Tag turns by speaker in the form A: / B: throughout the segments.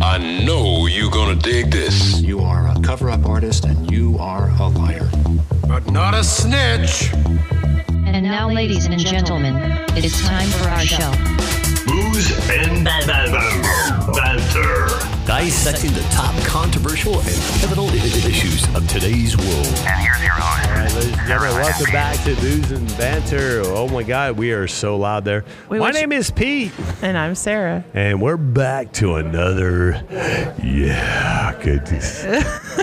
A: I know you're gonna dig this.
B: You are a cover up artist and you are a liar.
A: But not a snitch.
C: And now, ladies and gentlemen, it's time for our show.
D: Booze and banter.
E: Dissecting the top controversial and pivotal i- i- issues of today's world.
D: And here's your
F: All
D: host.
F: right, ladies and gentlemen, welcome back to Booze and Banter. Oh my God, we are so loud there.
G: Wait,
F: my
G: what's-
F: name is Pete,
G: And I'm Sarah.
F: and we're back to another. Yeah, goodness.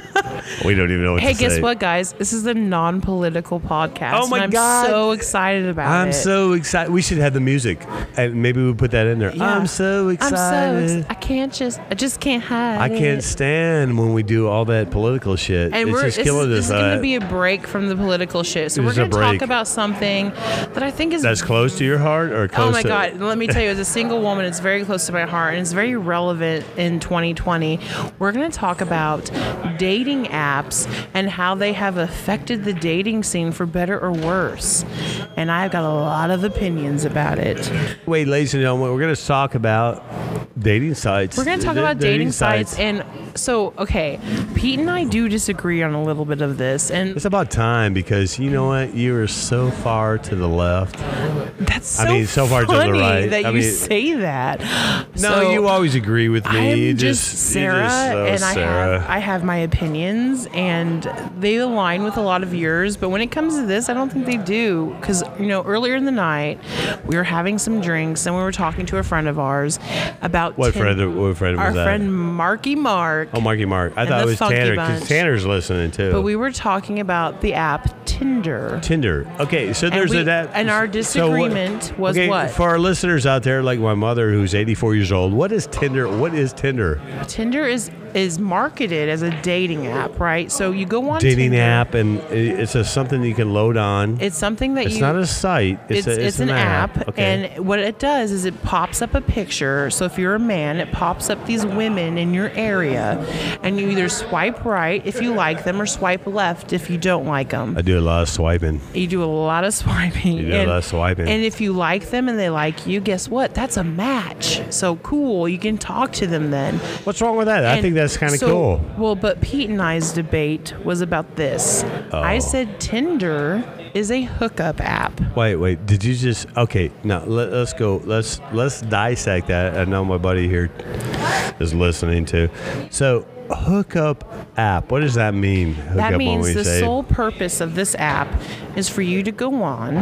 F: we don't even know what
G: Hey,
F: to
G: guess
F: say.
G: what, guys? This is a non-political podcast.
F: Oh my
G: and I'm
F: God.
G: so excited about
F: I'm
G: it.
F: so excited. We should have the music, and maybe we put that in there.
G: Yeah.
F: I'm so excited.
G: I'm so ex- I can't just. I just can't hide.
F: I can't
G: it.
F: stand when we do all that political shit.
G: And
F: it's
G: we're
F: just
G: this
F: killing
G: is, this is
F: us.
G: going
F: uh,
G: to be a break from the political shit. So
F: This
G: we're
F: is a
G: going to talk
F: break.
G: about something that I think is
F: that's close to your heart or close
G: Oh my
F: to
G: God! Let me tell you, as a single woman, it's very close to my heart, and it's very relevant in 2020. We're going to talk about dating apps and how they have affected the dating scene for better or worse. And I've got a lot of opinions about it.
F: Wait, ladies and gentlemen, we're going to talk about dating sites.
G: We're going to talk
F: D-
G: about dating sites, and so okay, Pete and I do disagree on a little bit of this, and
F: it's about time because you know what? You are so far to the left.
G: that's so,
F: I mean, so far to the
G: funny
F: right.
G: that
F: I
G: you
F: mean-
G: say that. No,
F: no, you always agree with me. you
G: I'm
F: just,
G: just,
F: you
G: Sarah,
F: just, oh,
G: and
F: Sarah.
G: I have I have my opinions, and they align with a lot of yours. But when it comes to this, I don't think they do, because you know earlier in the night we were having some drinks and we were talking to a friend of ours about
F: what
G: Tin-
F: friend? What friend was
G: our
F: that?
G: friend Marky Mark.
F: oh, Marky Mark. I
G: and
F: thought
G: the
F: it was
G: Funky
F: Tanner because
G: Bunch.
F: Tanner's listening too.
G: But we were talking about the app Tinder.
F: Tinder. Okay, so there's
G: we-
F: an app.
G: and our
F: so what-
G: disagreement was
F: okay,
G: what?
F: For our listeners out there, like my mother, who's 84 years old, what is Tinder? What is Tinder?
G: Tinder is is marketed as a dating app, right? So you go on
F: Dating
G: Tinder,
F: app, and it's a, something you can load on.
G: It's something that
F: It's
G: you
F: not a site. It's,
G: it's,
F: a,
G: it's an, app,
F: Okay.
G: and what it does is it pops up a picture. So if you're a man, it pops up these women in your area, and you either swipe right if you like them or swipe left if you don't like them.
F: I do a lot of swiping.
G: You do a lot of swiping.
F: You do a lot of swiping.
G: And if you like them and they like you, guess what? That's a match. So cool. You can talk to them then.
F: What's wrong with that? I
G: And
F: think that's kind of
G: so-
F: cool.
G: Well, but Pete and I's debate was about this.
F: Oh.
G: I said Tinder is a hookup app.
F: Wait, wait. Did you just? Okay, now let, us go. Let's let's dissect that. I know my buddy here is listening too. So hookup app. What does that mean? Hookup
G: That
F: when
G: means
F: we
G: the
F: say-
G: sole purpose of this app is for you to go on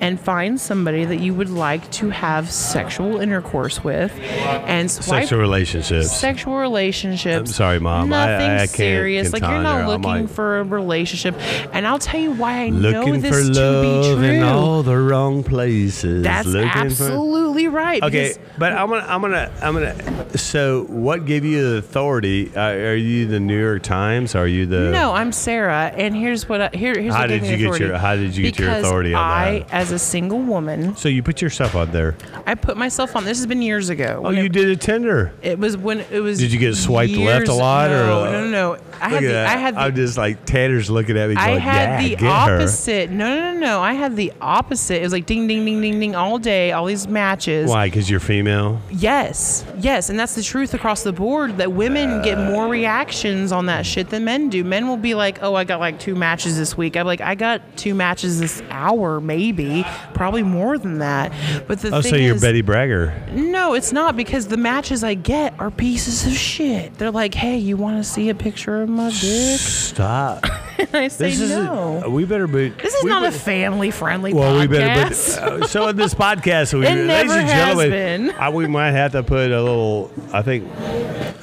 G: and find somebody that you would like to have sexual intercourse with and swipe
F: sexual relationships.
G: sexual relationships.
F: I'm sorry, Mom. I- I-
G: Nothing
F: I can't
G: serious. Like you're
F: contend
G: not
F: there. I'm
G: looking
F: like-
G: for a relationship. And I'll tell you why I know
F: looking for
G: this to
F: love
G: be
F: in
G: true.
F: all the wrong places.
G: That's
F: looking for,
G: absolutely right.
F: Okay,
G: because
F: but I'm gonna, I'm gonna, I'm gonna. So, what gave you the authority? Uh, are you the New York Times? Are you the?
G: No, I'm Sarah, and here's what I, here, here's
F: How
G: what gave
F: did
G: me
F: you get
G: authority.
F: your- how did you get your
G: Because
F: authority on
G: I,
F: that?
G: as a single woman,
F: So you put yourself out there.
G: I put myself on. This has been years ago.
F: Oh, you did a Tinder.
G: It was when it was.
F: Did you get swiped
G: years-
F: left a lot, or,
G: no,
F: uh,
G: no, no, no. I had
F: Look at
G: the,
F: that.
G: I had the,
F: I'm just like Tanner's looking at me.
G: I
F: going,
G: had
F: "Yeah,
G: the
F: get her."
G: opposite. No, no, no, no. I had the opposite. It was like ding, ding, ding, ding, ding all day, all these matches.
F: Why? Because you're female.
G: Yes, yes, and that's the truth across the board that women get more reactions on that shit than men do. Men will be like, "Oh, I got like two matches this week." I'm like, "I got two matches this hour, maybe, probably more than that." But the
F: Oh,
G: thing
F: so you're
G: is,
F: Betty Bragger.
G: No, it's not because the matches I get are pieces of shit. They're like, "Hey, you want to see a picture of my dick?"
F: Stop.
G: And I say,
F: this is.
G: "No."
F: we better be.
G: this is
F: we
G: not a
F: be-
G: family-friendly
F: Well,
G: podcast.
F: we better. But, uh, so in this podcast, we,
G: It
F: ladies
G: never
F: and
G: has
F: gentlemen,
G: been.
F: I, we might have to put a little. I think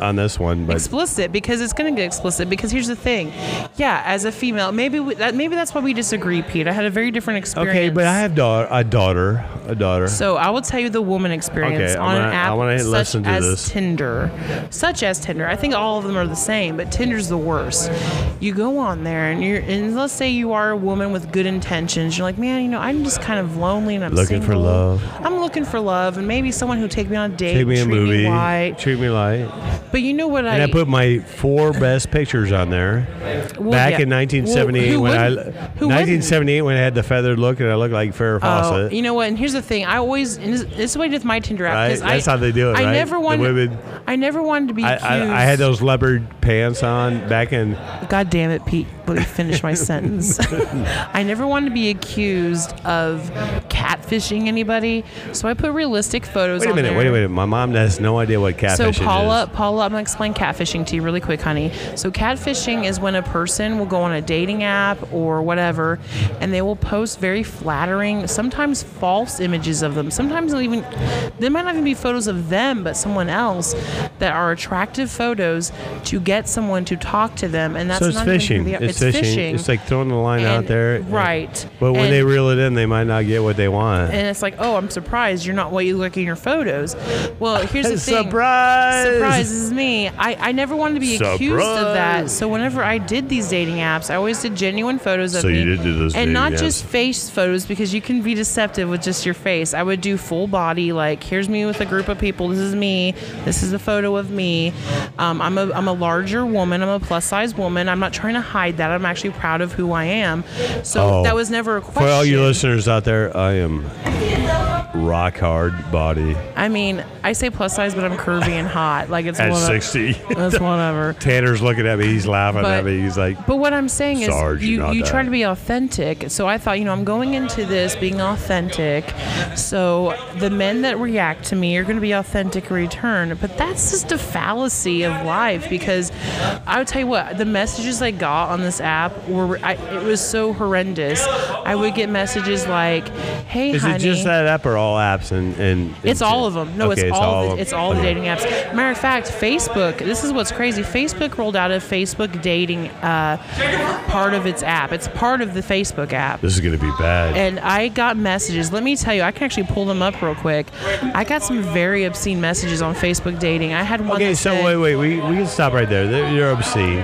F: on this one, but
G: explicit because it's going to get explicit because here's the thing yeah as a female maybe we, that, maybe that's why we disagree pete i had a very different experience
F: okay. But I have daughter, a daughter, a daughter.
G: so i will tell you the woman experience
F: Okay, I'm
G: on an
F: gonna- I
G: app
F: wanna
G: such
F: listen to
G: as
F: this.
G: tinder such as tinder i think all of them are the same but tinder's the worst you go on there and you're and let's say you are a woman with good intentions you're like man you know i'm just kind of lonely and i'm
F: Looking for
G: single.
F: love.
G: i'm looking for love and maybe someone who'll take me on a date
F: Take me a
G: treat
F: movie.
G: me right
F: Treat me light.
G: But you know what
F: And
G: I
F: I put my four best pictures on there.
G: well,
F: Back
G: yeah.
F: in 1978
G: Well, who
F: when I
G: wouldn't? Who wouldn't?
F: 1978 when I had the feathered look and I looked like Farrah
G: Oh,
F: Fawcett.
G: you know what? And here's the thing: I always and this, this is what I did with my Tinder app.
F: Right?
G: 'cause
F: That's
G: I,
F: how they do it,
G: I
F: right?
G: never
F: The
G: wanted.
F: women-
G: I never wanted to be
F: I,
G: accused.
F: I, I had those leopard pants on back in.
G: God damn it, Pete! Let me finish my sentence. I never wanted to be accused of catfishing anybody, so I put realistic photos.
F: Wait a
G: on
F: minute,
G: there.
F: wait a minute. My mom has no idea what
G: So
F: catfishing
G: Paula,
F: is.
G: Paula, I'm gonna explain catfishing to you really quick, honey. So catfishing is when a person will go on a dating app or whatever, and they will post very flattering, sometimes false images of them. Sometimes they'll even, they might not even be photos of them, but someone else that are attractive photos to get someone to talk to them, and that's
F: So it's
G: not even who
F: fishing.
G: they are.
F: It's, fishing. It's like throwing the line out
G: And-
F: there.
G: right.
F: But when
G: And-
F: they reel it in, they might not get what they want.
G: and it's like, oh, I'm surprised you're not what you look in your photos. Well, here's the thing.
F: Surprise!
G: Surprise this is me. I, I never wanted to be accused of that.
F: Surprise!
G: So whenever I did these dating apps, I always did genuine photos of
F: So
G: me.
F: you did do those
G: and
F: dating
G: not
F: apps.
G: just face photos because you can be deceptive with just your face. I would do full body, like here's me with a group of people. This is me. This is a photo of me. Um, I'm a I'm a larger woman. I'm a plus size woman. I'm not trying to hide that. I'm actually proud of who I am. So
F: Oh.
G: that was never a question.
F: For all you listeners out there, I am rock hard body
G: I mean, I say plus size, but I'm curvy and hot. Like it's
F: at
G: one-
F: 60.
G: That's whatever.
F: Tanner's looking at me. He's laughing
G: But-
F: at me. He's like,
G: But what I'm saying is,
F: Sarge, you're
G: you,
F: not
G: you
F: that.
G: try to be authentic. So I thought, you know, I'm going into this being authentic. So the men that react to me are going to be authentic in return. But that's just a fallacy of life because I would tell you what, the messages I got on this app were, I, it was so horrendous. I would get messages like, hey,
F: is
G: honey.
F: it just that app or all apps? And, and, and
G: It's all of them. No,
F: Okay,
G: it's, all,
F: of
G: the,
F: them.
G: it's all the
F: Okay.
G: dating apps. Matter of fact, Facebook. This is what's crazy. Facebook rolled out a Facebook dating uh, part of its app. It's part of the Facebook app.
F: This is going to be bad.
G: And I got messages. Let me tell you, I can actually pull them up real quick. I got some very obscene messages on Facebook dating. I had one.
F: Okay,
G: that
F: so
G: said-
F: wait, wait, we, we can stop right there. They're, you're obscene.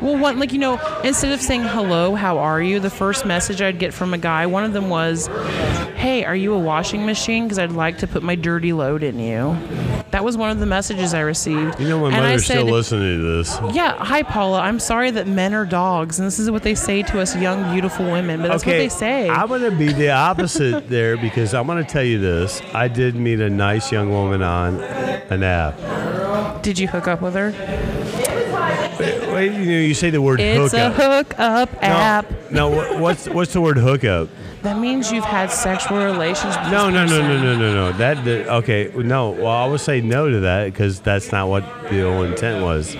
G: Well, one like you know, instead of saying hello, how are you? The first message I'd get from a guy, one of them was, "Hey, are you a washing machine? Because I'd like to put my dirty load in you." That was one of the messages I received.
F: You know, my
G: and I
F: mother's still
G: said,
F: listening to this.
G: Yeah, hi Paula. I'm sorry that men are dogs, and this is what they say to us young, beautiful women. But that's what they say.
F: I'm going to be the opposite there because I'm going to tell you this. I did meet a nice young woman on an app.
G: Did you hook up with her?
F: Well, you know, you say the word
G: It's a
F: hookup.
G: hook up app.
F: No, wha- what's what's the word hookup?
G: That means you've had sexual relations. With
F: No,
G: this
F: no, no,
G: person.
F: no, no, no, no. That, that okay. No, well, I would say no to that because that's not what the whole intent was.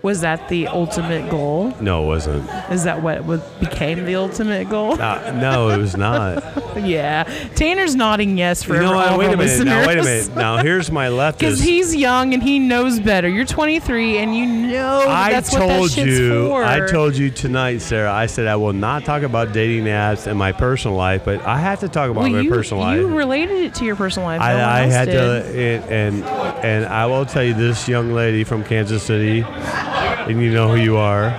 G: Was that the ultimate goal?
F: No, it wasn't.
G: Is that what what became the ultimate goal?
F: Uh, no, it was not.
G: Yeah, Tanner's nodding yes for
F: You know
G: all
F: what?
G: of
F: Wait
G: our
F: a minute.
G: listeners.
F: Now, wait a minute. Now, here's my
G: Because
F: leftist.
G: he's young and he knows better. You're 23 and you know that
F: I
G: that's
F: told
G: what that shit's
F: you.
G: for.
F: I told you tonight, Sarah. I said I will not talk about dating apps and my personal life, but I have to talk about
G: well,
F: my
G: you,
F: personal life.
G: you related it to your personal life. no one
F: I, I
G: else
F: had
G: did.
F: to, and, and and I will tell you, this young lady from Kansas City, and you know who you are,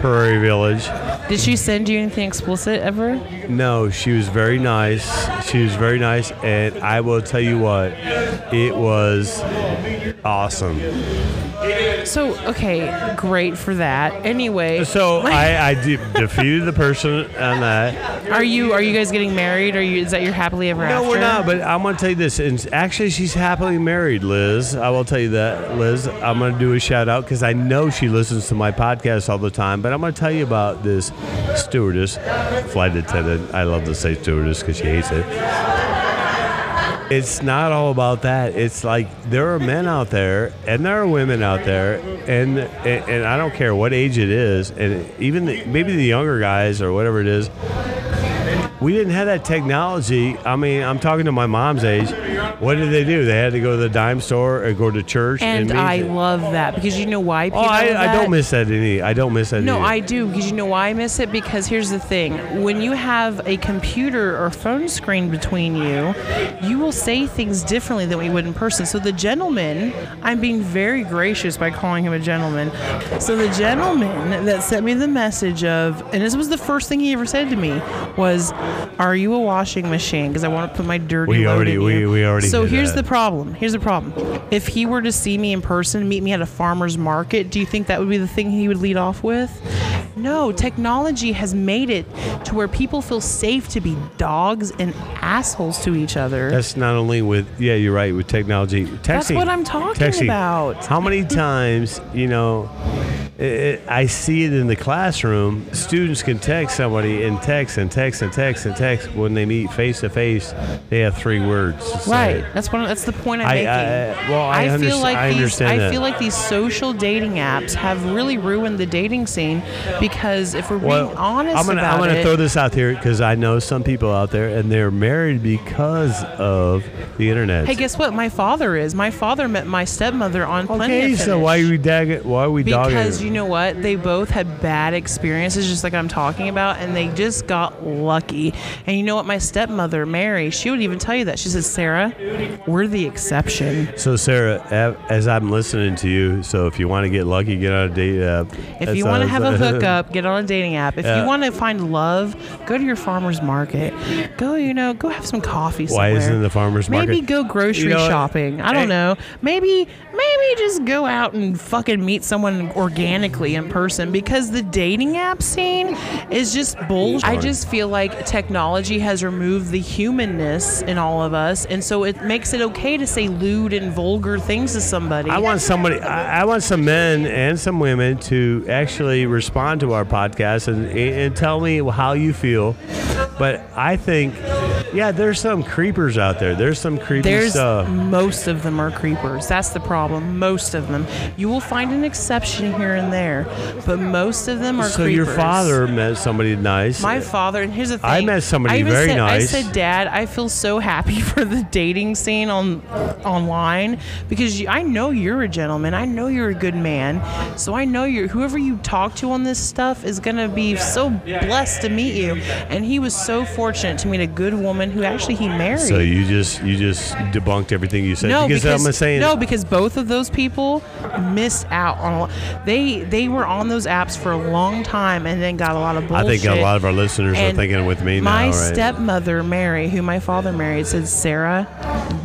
F: Prairie Village.
G: Did she send you anything explicit ever?
F: No, she was very nice. She was very nice, and I will tell you what, it was awesome.
G: So okay, great for that. Anyway,
F: So I, I de- defeated the person on that.
G: are you are you guys getting married? Are you is that your happily ever after?
F: No, we're not. But I'm gonna tell you this, and actually, she's happily married, Liz. I will tell you that, Liz. I'm gonna do a shout out because I know she listens to my podcast all the time. But I'm gonna tell you about this stewardess, flight attendant. I love to say stewardess because she hates it. It's not all about that. It's like there are men out there and there are women out there, and and, and I don't care what age it is, and even the, maybe the younger guys or whatever it is. We didn't have that technology. I mean, I'm talking to my mom's age. What did they do? They had to go to the dime store or go to church.
G: And
F: meet-
G: I love that because you know why?
F: oh,
G: Pete, love
F: I, I
G: that?
F: don't miss that any. I don't miss that.
G: No,
F: any.
G: I do because you know why I miss it. Because here's the thing: when you have a computer or phone screen between you, you will say things differently than we would in person. So the gentleman, I'm being very gracious by calling him a gentleman. So the gentleman that sent me the message of, and this was the first thing he ever said to me, was, "Are you a washing machine? Because I want to put my dirty."
F: We
G: load
F: already-
G: in
F: we-
G: you."
F: we already already.
G: So
F: did
G: here's
F: that.
G: the problem. Here's the problem. If he were to see me in person, meet me at a farmer's market, do you think that would be the thing he would lead off with? No, technology has made it to where people feel safe to be dogs and assholes to each other.
F: That's not only with yeah, you're right with technology. Texting.
G: That's what I'm talking
F: texting.
G: about.
F: How many times you know? i i I see it in the classroom. Students can text somebody and text and text and text and text. When they meet face to face, they have three words. to say.
G: Right. That's one. That's the point I'm
F: I-
G: making.
F: I- well, I underst-
G: feel like
F: I
G: these.
F: understand
G: I
F: that.
G: feel like these social dating apps have really ruined the dating scene because if we're being honest
F: I'm gonna,
G: about
F: I'm gonna
G: it,
F: throw this out here because I know some people out there and they're married because of the internet.
G: hey, guess what? My father is. My father met my stepmother on Plenty
F: okay,
G: of
F: so
G: Fish.
F: why are we dag- Why are we dogging?
G: Because
F: them?
G: you know what? They both had bad experiences, just like I'm talking about, and they just got lucky. And you know what? My stepmother, Mary, she would even tell you that. She says, Sarah, we're the exception.
F: So Sarah, a- as I'm listening to you, so if you want to get lucky, get on a date uh, app.
G: If you want to have a hookup, get on a dating app. If
F: Yeah.
G: you want to find love, go to your farmer's market. Go, you know, go have some coffee
F: Why
G: somewhere.
F: isn't the farmer's market-
G: Maybe go grocery
F: You know what?
G: shopping. I don't
F: Hey.
G: know. Maybe maybe just go out and fucking meet someone organically in person because the dating app scene is just bull. I just feel like technology has removed the humanness in all of us, and so it makes it okay to say lewd and vulgar things to somebody.
F: I want somebody. I, I want some men and some women to actually respond to our podcast and, and tell me how you feel. But I think, yeah, there's some creepers out there. There's some creepy
G: There's
F: stuff.
G: most of them are creepers. That's the problem. Most of them. You will find an exception here and there, but most of them are
F: so
G: creepers.
F: your father met somebody nice.
G: My father, and here's the thing.
F: I met somebody
G: I even
F: very
G: said,
F: nice.
G: I said, Dad, I feel so happy for the dating scene on online because you, I know you're a gentleman. I know you're a good man. So I know you're whoever you talk to on this stuff is gonna be so blessed to meet you. And he was so fortunate to meet a good woman who actually he married.
F: so you just you just debunked everything you said
G: No,
F: because, I'm saying
G: no, because both of those people missed out on. A lot. They they were on those apps for a long time and then got a lot of
F: I
G: bullshit.
F: think a lot of our listeners are
G: And
F: thinking with me
G: My
F: now. right?
G: stepmother Mary, who my father married, said, "Sarah,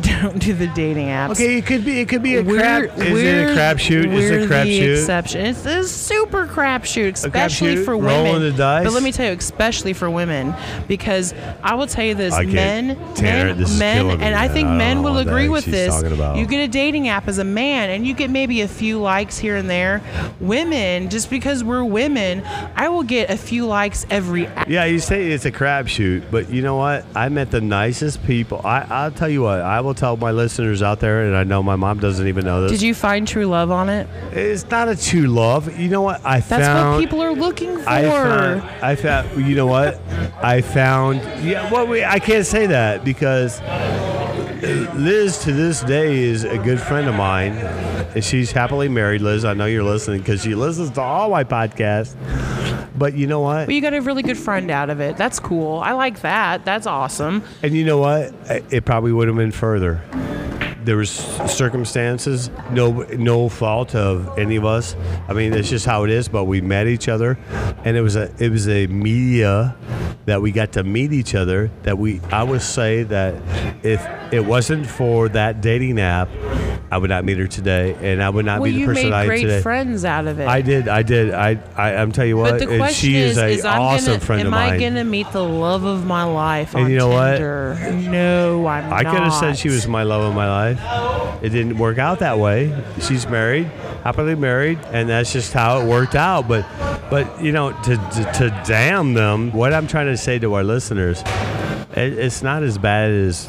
G: don't do the dating apps."
F: Okay, it could be. It could be a crap. Is it
G: we're-
F: a crapshoot? Is
G: we're
F: it a
G: the
F: crapshoot?
G: exception. It's a super crapshoot, especially
F: crapshoot?
G: for women.
F: Rolling the dice?
G: But let me tell you, especially for women, because I will tell you this:
F: I can't-
G: men,
F: Tanner,
G: men,
F: this is
G: men,
F: killing
G: and
F: me,
G: I
F: man.
G: think
F: I don't
G: men
F: know
G: will
F: what the
G: agree
F: heck
G: with
F: she's
G: this.
F: talking about.
G: You get a dating app as a man, and you get maybe a few likes here and there. Women, just because we're women, I will get a few likes every.
F: Yeah, you say it's a crapshoot, but you know what? I met the nicest people. I, I'll tell you what. I will tell my listeners out there, and I know my mom doesn't even know this.
G: Did you find true love on it?
F: it's not a true love. You know what? I
G: That's
F: found.
G: what people are looking for.
F: I found, I found. You know what? I found. Yeah. Well, we, I can't say that because Liz to this day is a good friend of mine, and she's happily married. Liz, I know you're listening because she listens to all my podcasts. But you know what?
G: But you got a really good friend out of it. That's cool. I like that. That's awesome.
F: And you know what? I- It probably would have been further. There was circumstances, no no fault of any of us. I mean, it's just how it is. But we met each other, and it was a it was a media that we got to meet each other. That we I would say that if it wasn't for that dating app, I would not meet her today, and I would not
G: well,
F: be the
G: you
F: person
G: made
F: I am
G: great
F: today.
G: friends out of it.
F: I did, I did, I, I I'm tell you what,
G: but the
F: and
G: question
F: she is,
G: is,
F: an
G: is I'm
F: awesome
G: gonna,
F: friend
G: am
F: of mine.
G: I going to meet the love of my life
F: And
G: on
F: you know what?
G: Tinder? No, I'm
F: I
G: not.
F: could have said she was my love of my life. It didn't work out that way. She's married, happily married, and that's just how it worked out. But, but you know, to to, to damn them, what I'm trying to say to our listeners, it, it's not as bad as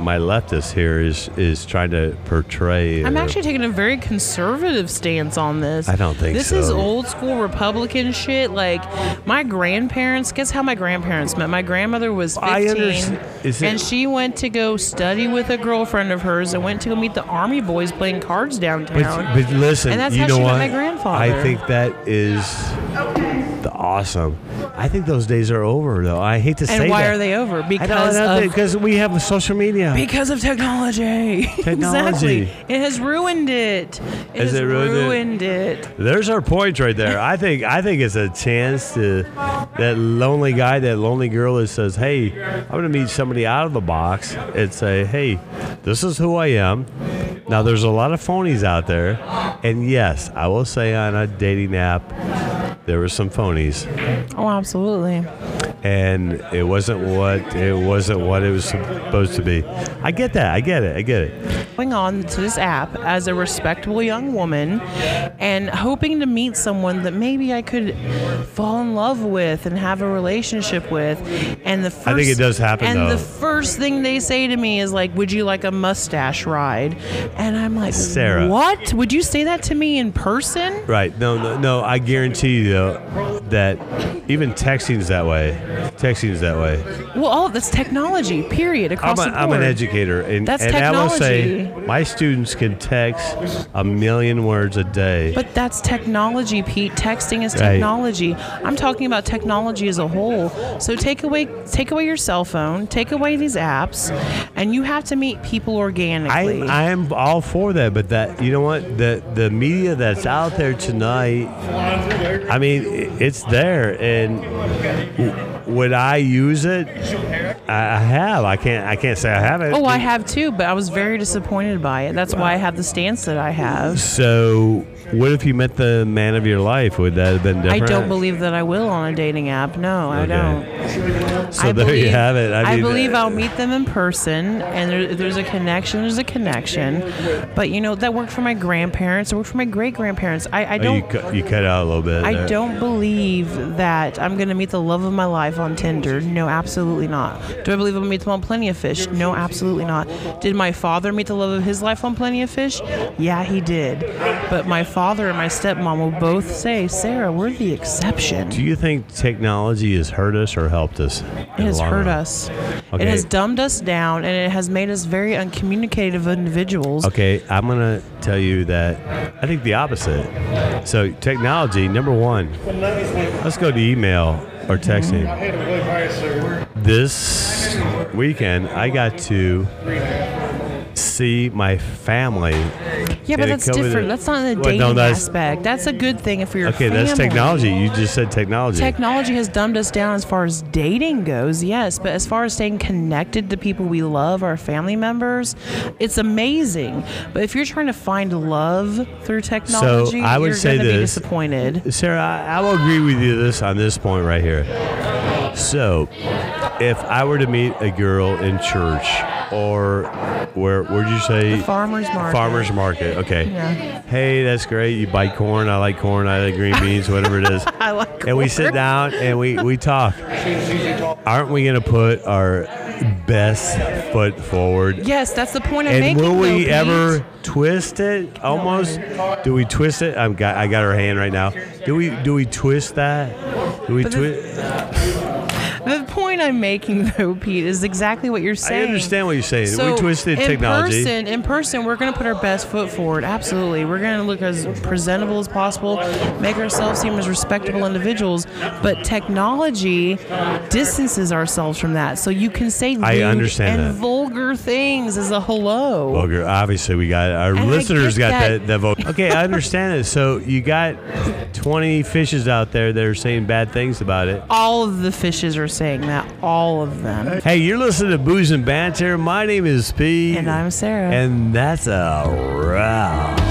F: my leftist here is is trying to portray.
G: I'm
F: or-
G: actually taking a very conservative stance on this.
F: I don't think
G: this is
F: so.
G: old school Republican shit. Like my grandparents, guess how my grandparents met? My grandmother was 15,
F: I understand- is it-
G: and she went to go study with a girlfriend of hers, and went to go meet the army boys playing cards downtown.
F: But, but listen,
G: And that's
F: you
G: how
F: know
G: she met
F: what?
G: my grandfather.
F: I think that is the awesome. I think those days are over, though. I hate to say
G: And why
F: that.
G: are they over?
F: I don't
G: Because
F: know,
G: of
F: because we have social media.
G: because of technology.
F: Technology.
G: exactly. It has ruined it. It
F: Has
G: has
F: it ruined it?
G: ruined it?
F: There's our point right there. I think I think it's a chance to that lonely guy, that lonely girl that says, "Hey, I'm going to meet somebody out of the box and say, "Hey, this is who I am." Now there's a lot of phonies out there, and yes, I will say on a dating app there were some phonies,
G: Oh, absolutely.
F: and it wasn't what it wasn't what it was supposed to be. I get that. I get it. I get it.
G: Going on to this app as a respectable young woman and hoping to meet someone that maybe I could fall in love with and have a relationship with. And the first,
F: I think it does happen,
G: And
F: though.
G: the first thing they say to me is like, "Would you like a mustache ride?" And I'm like,
F: Sarah.
G: what? Would you say that to me in person?"
F: Right. No, no, no. I guarantee you, though, that even texting's that way. Texting's that way.
G: Well, all of this technology, period,
F: I'm,
G: across
F: a,
G: the board.
F: I'm an educator, and,
G: That's
F: and I will say
G: technology.
F: my students can text a million words a day.
G: But that's technology, Pete. Texting is
F: Right.
G: technology. I'm talking about technology as a whole. So take away take away your cell phone, take away these apps, and you have to meet people
F: I,
G: organically.
F: I am all for that, but that you know what the the media that's out there tonight. I mean, i- it's there, and w- would I use it? I I have. I can't. I can't say I haven't.
G: oh, I have too, but I was very disappointed by it. That's why I have the stance that I have.
F: So, what if you met the man of your life? Would that have been
G: I
F: different?
G: don't believe that I will on a dating app. No, I
F: Okay.
G: don't.
F: So
G: I
F: there
G: believe,
F: you have it. I,
G: I,
F: mean,
G: believe
F: uh,
G: I'll meet them in person, and there, there's a connection. There's a connection, but you know that worked for my grandparents. It worked for my great grandparents. I, I
F: oh, you
G: don't.
F: cut, you cut out a little bit.
G: I
F: there.
G: don't believe that I'm going to meet the love of my life on Tinder. No, absolutely not. Do I believe I'll meet them on Plenty of Fish? No, absolutely not. Did my father meet the love of his life on Plenty of Fish? Yeah, he did. But my father and my stepmom will both say, Sarah, we're the exception.
F: Do you think technology has hurt us or helped us?
G: It has hurt us.
F: Okay.
G: It has dumbed us down, and it has made us very uncommunicative individuals.
F: Okay, I'm gonna tell you that I think the opposite. So technology, number one. Let's go to email or texting. This weekend, I got to see my family.
G: Yeah, but
F: Yeah,
G: that's
F: cover the-
G: different. That's not in the
F: Well,
G: dating
F: no, that's-
G: aspect. That's a good thing for your
F: Okay, that's
G: family.
F: technology. You just said technology.
G: Technology has dumbed us down as far as dating goes, yes, but as far as staying connected to people we love, our family members, it's amazing. But if you're trying to find love through technology,
F: I would
G: you're
F: say
G: gonna be
F: this.
G: disappointed.
F: Sarah, I, I will agree with you this on this point right here. So, if I were to meet a girl in church or where where'd you say
G: The farmer's market.
F: Farmers market. Okay.
G: Yeah.
F: Hey, that's great. You buy corn. I like corn. I like green beans. Whatever it is.
G: I like
F: and we sit
G: corn.
F: down and we we talk. Aren't we gonna put our best foot forward
G: Yes, that's the point I'm
F: and
G: making.
F: will
G: though,
F: we
G: Pete.
F: ever twist it? Almost. Do we twist it? I'm got. I got her hand right now. Do we? Do we twist that? Do we
G: But the-
F: twist?
G: The point I'm making, though, Pete, is exactly what you're
F: I
G: saying.
F: understand what you're saying. we twisted
G: in
F: technology.
G: Person, in person, we're going to put our best foot forward. Absolutely. We're going to look as presentable as possible, make ourselves seem as respectable individuals. But technology distances ourselves from that. So you can say
F: I
G: lewd
F: understand
G: and
F: that.
G: vulgar things as a hello.
F: Vulgar. Obviously, we got our
G: I
F: listeners
G: get
F: got
G: that.
F: that. that vote. Okay, I understand it. So you got 20 fishes out there that are saying bad things about it.
G: All of the fishes are saying that. All of them.
F: Hey, you're listening to Booze and Banter. My name is Pete,
G: And I'm Sarah.
F: and that's a wrap.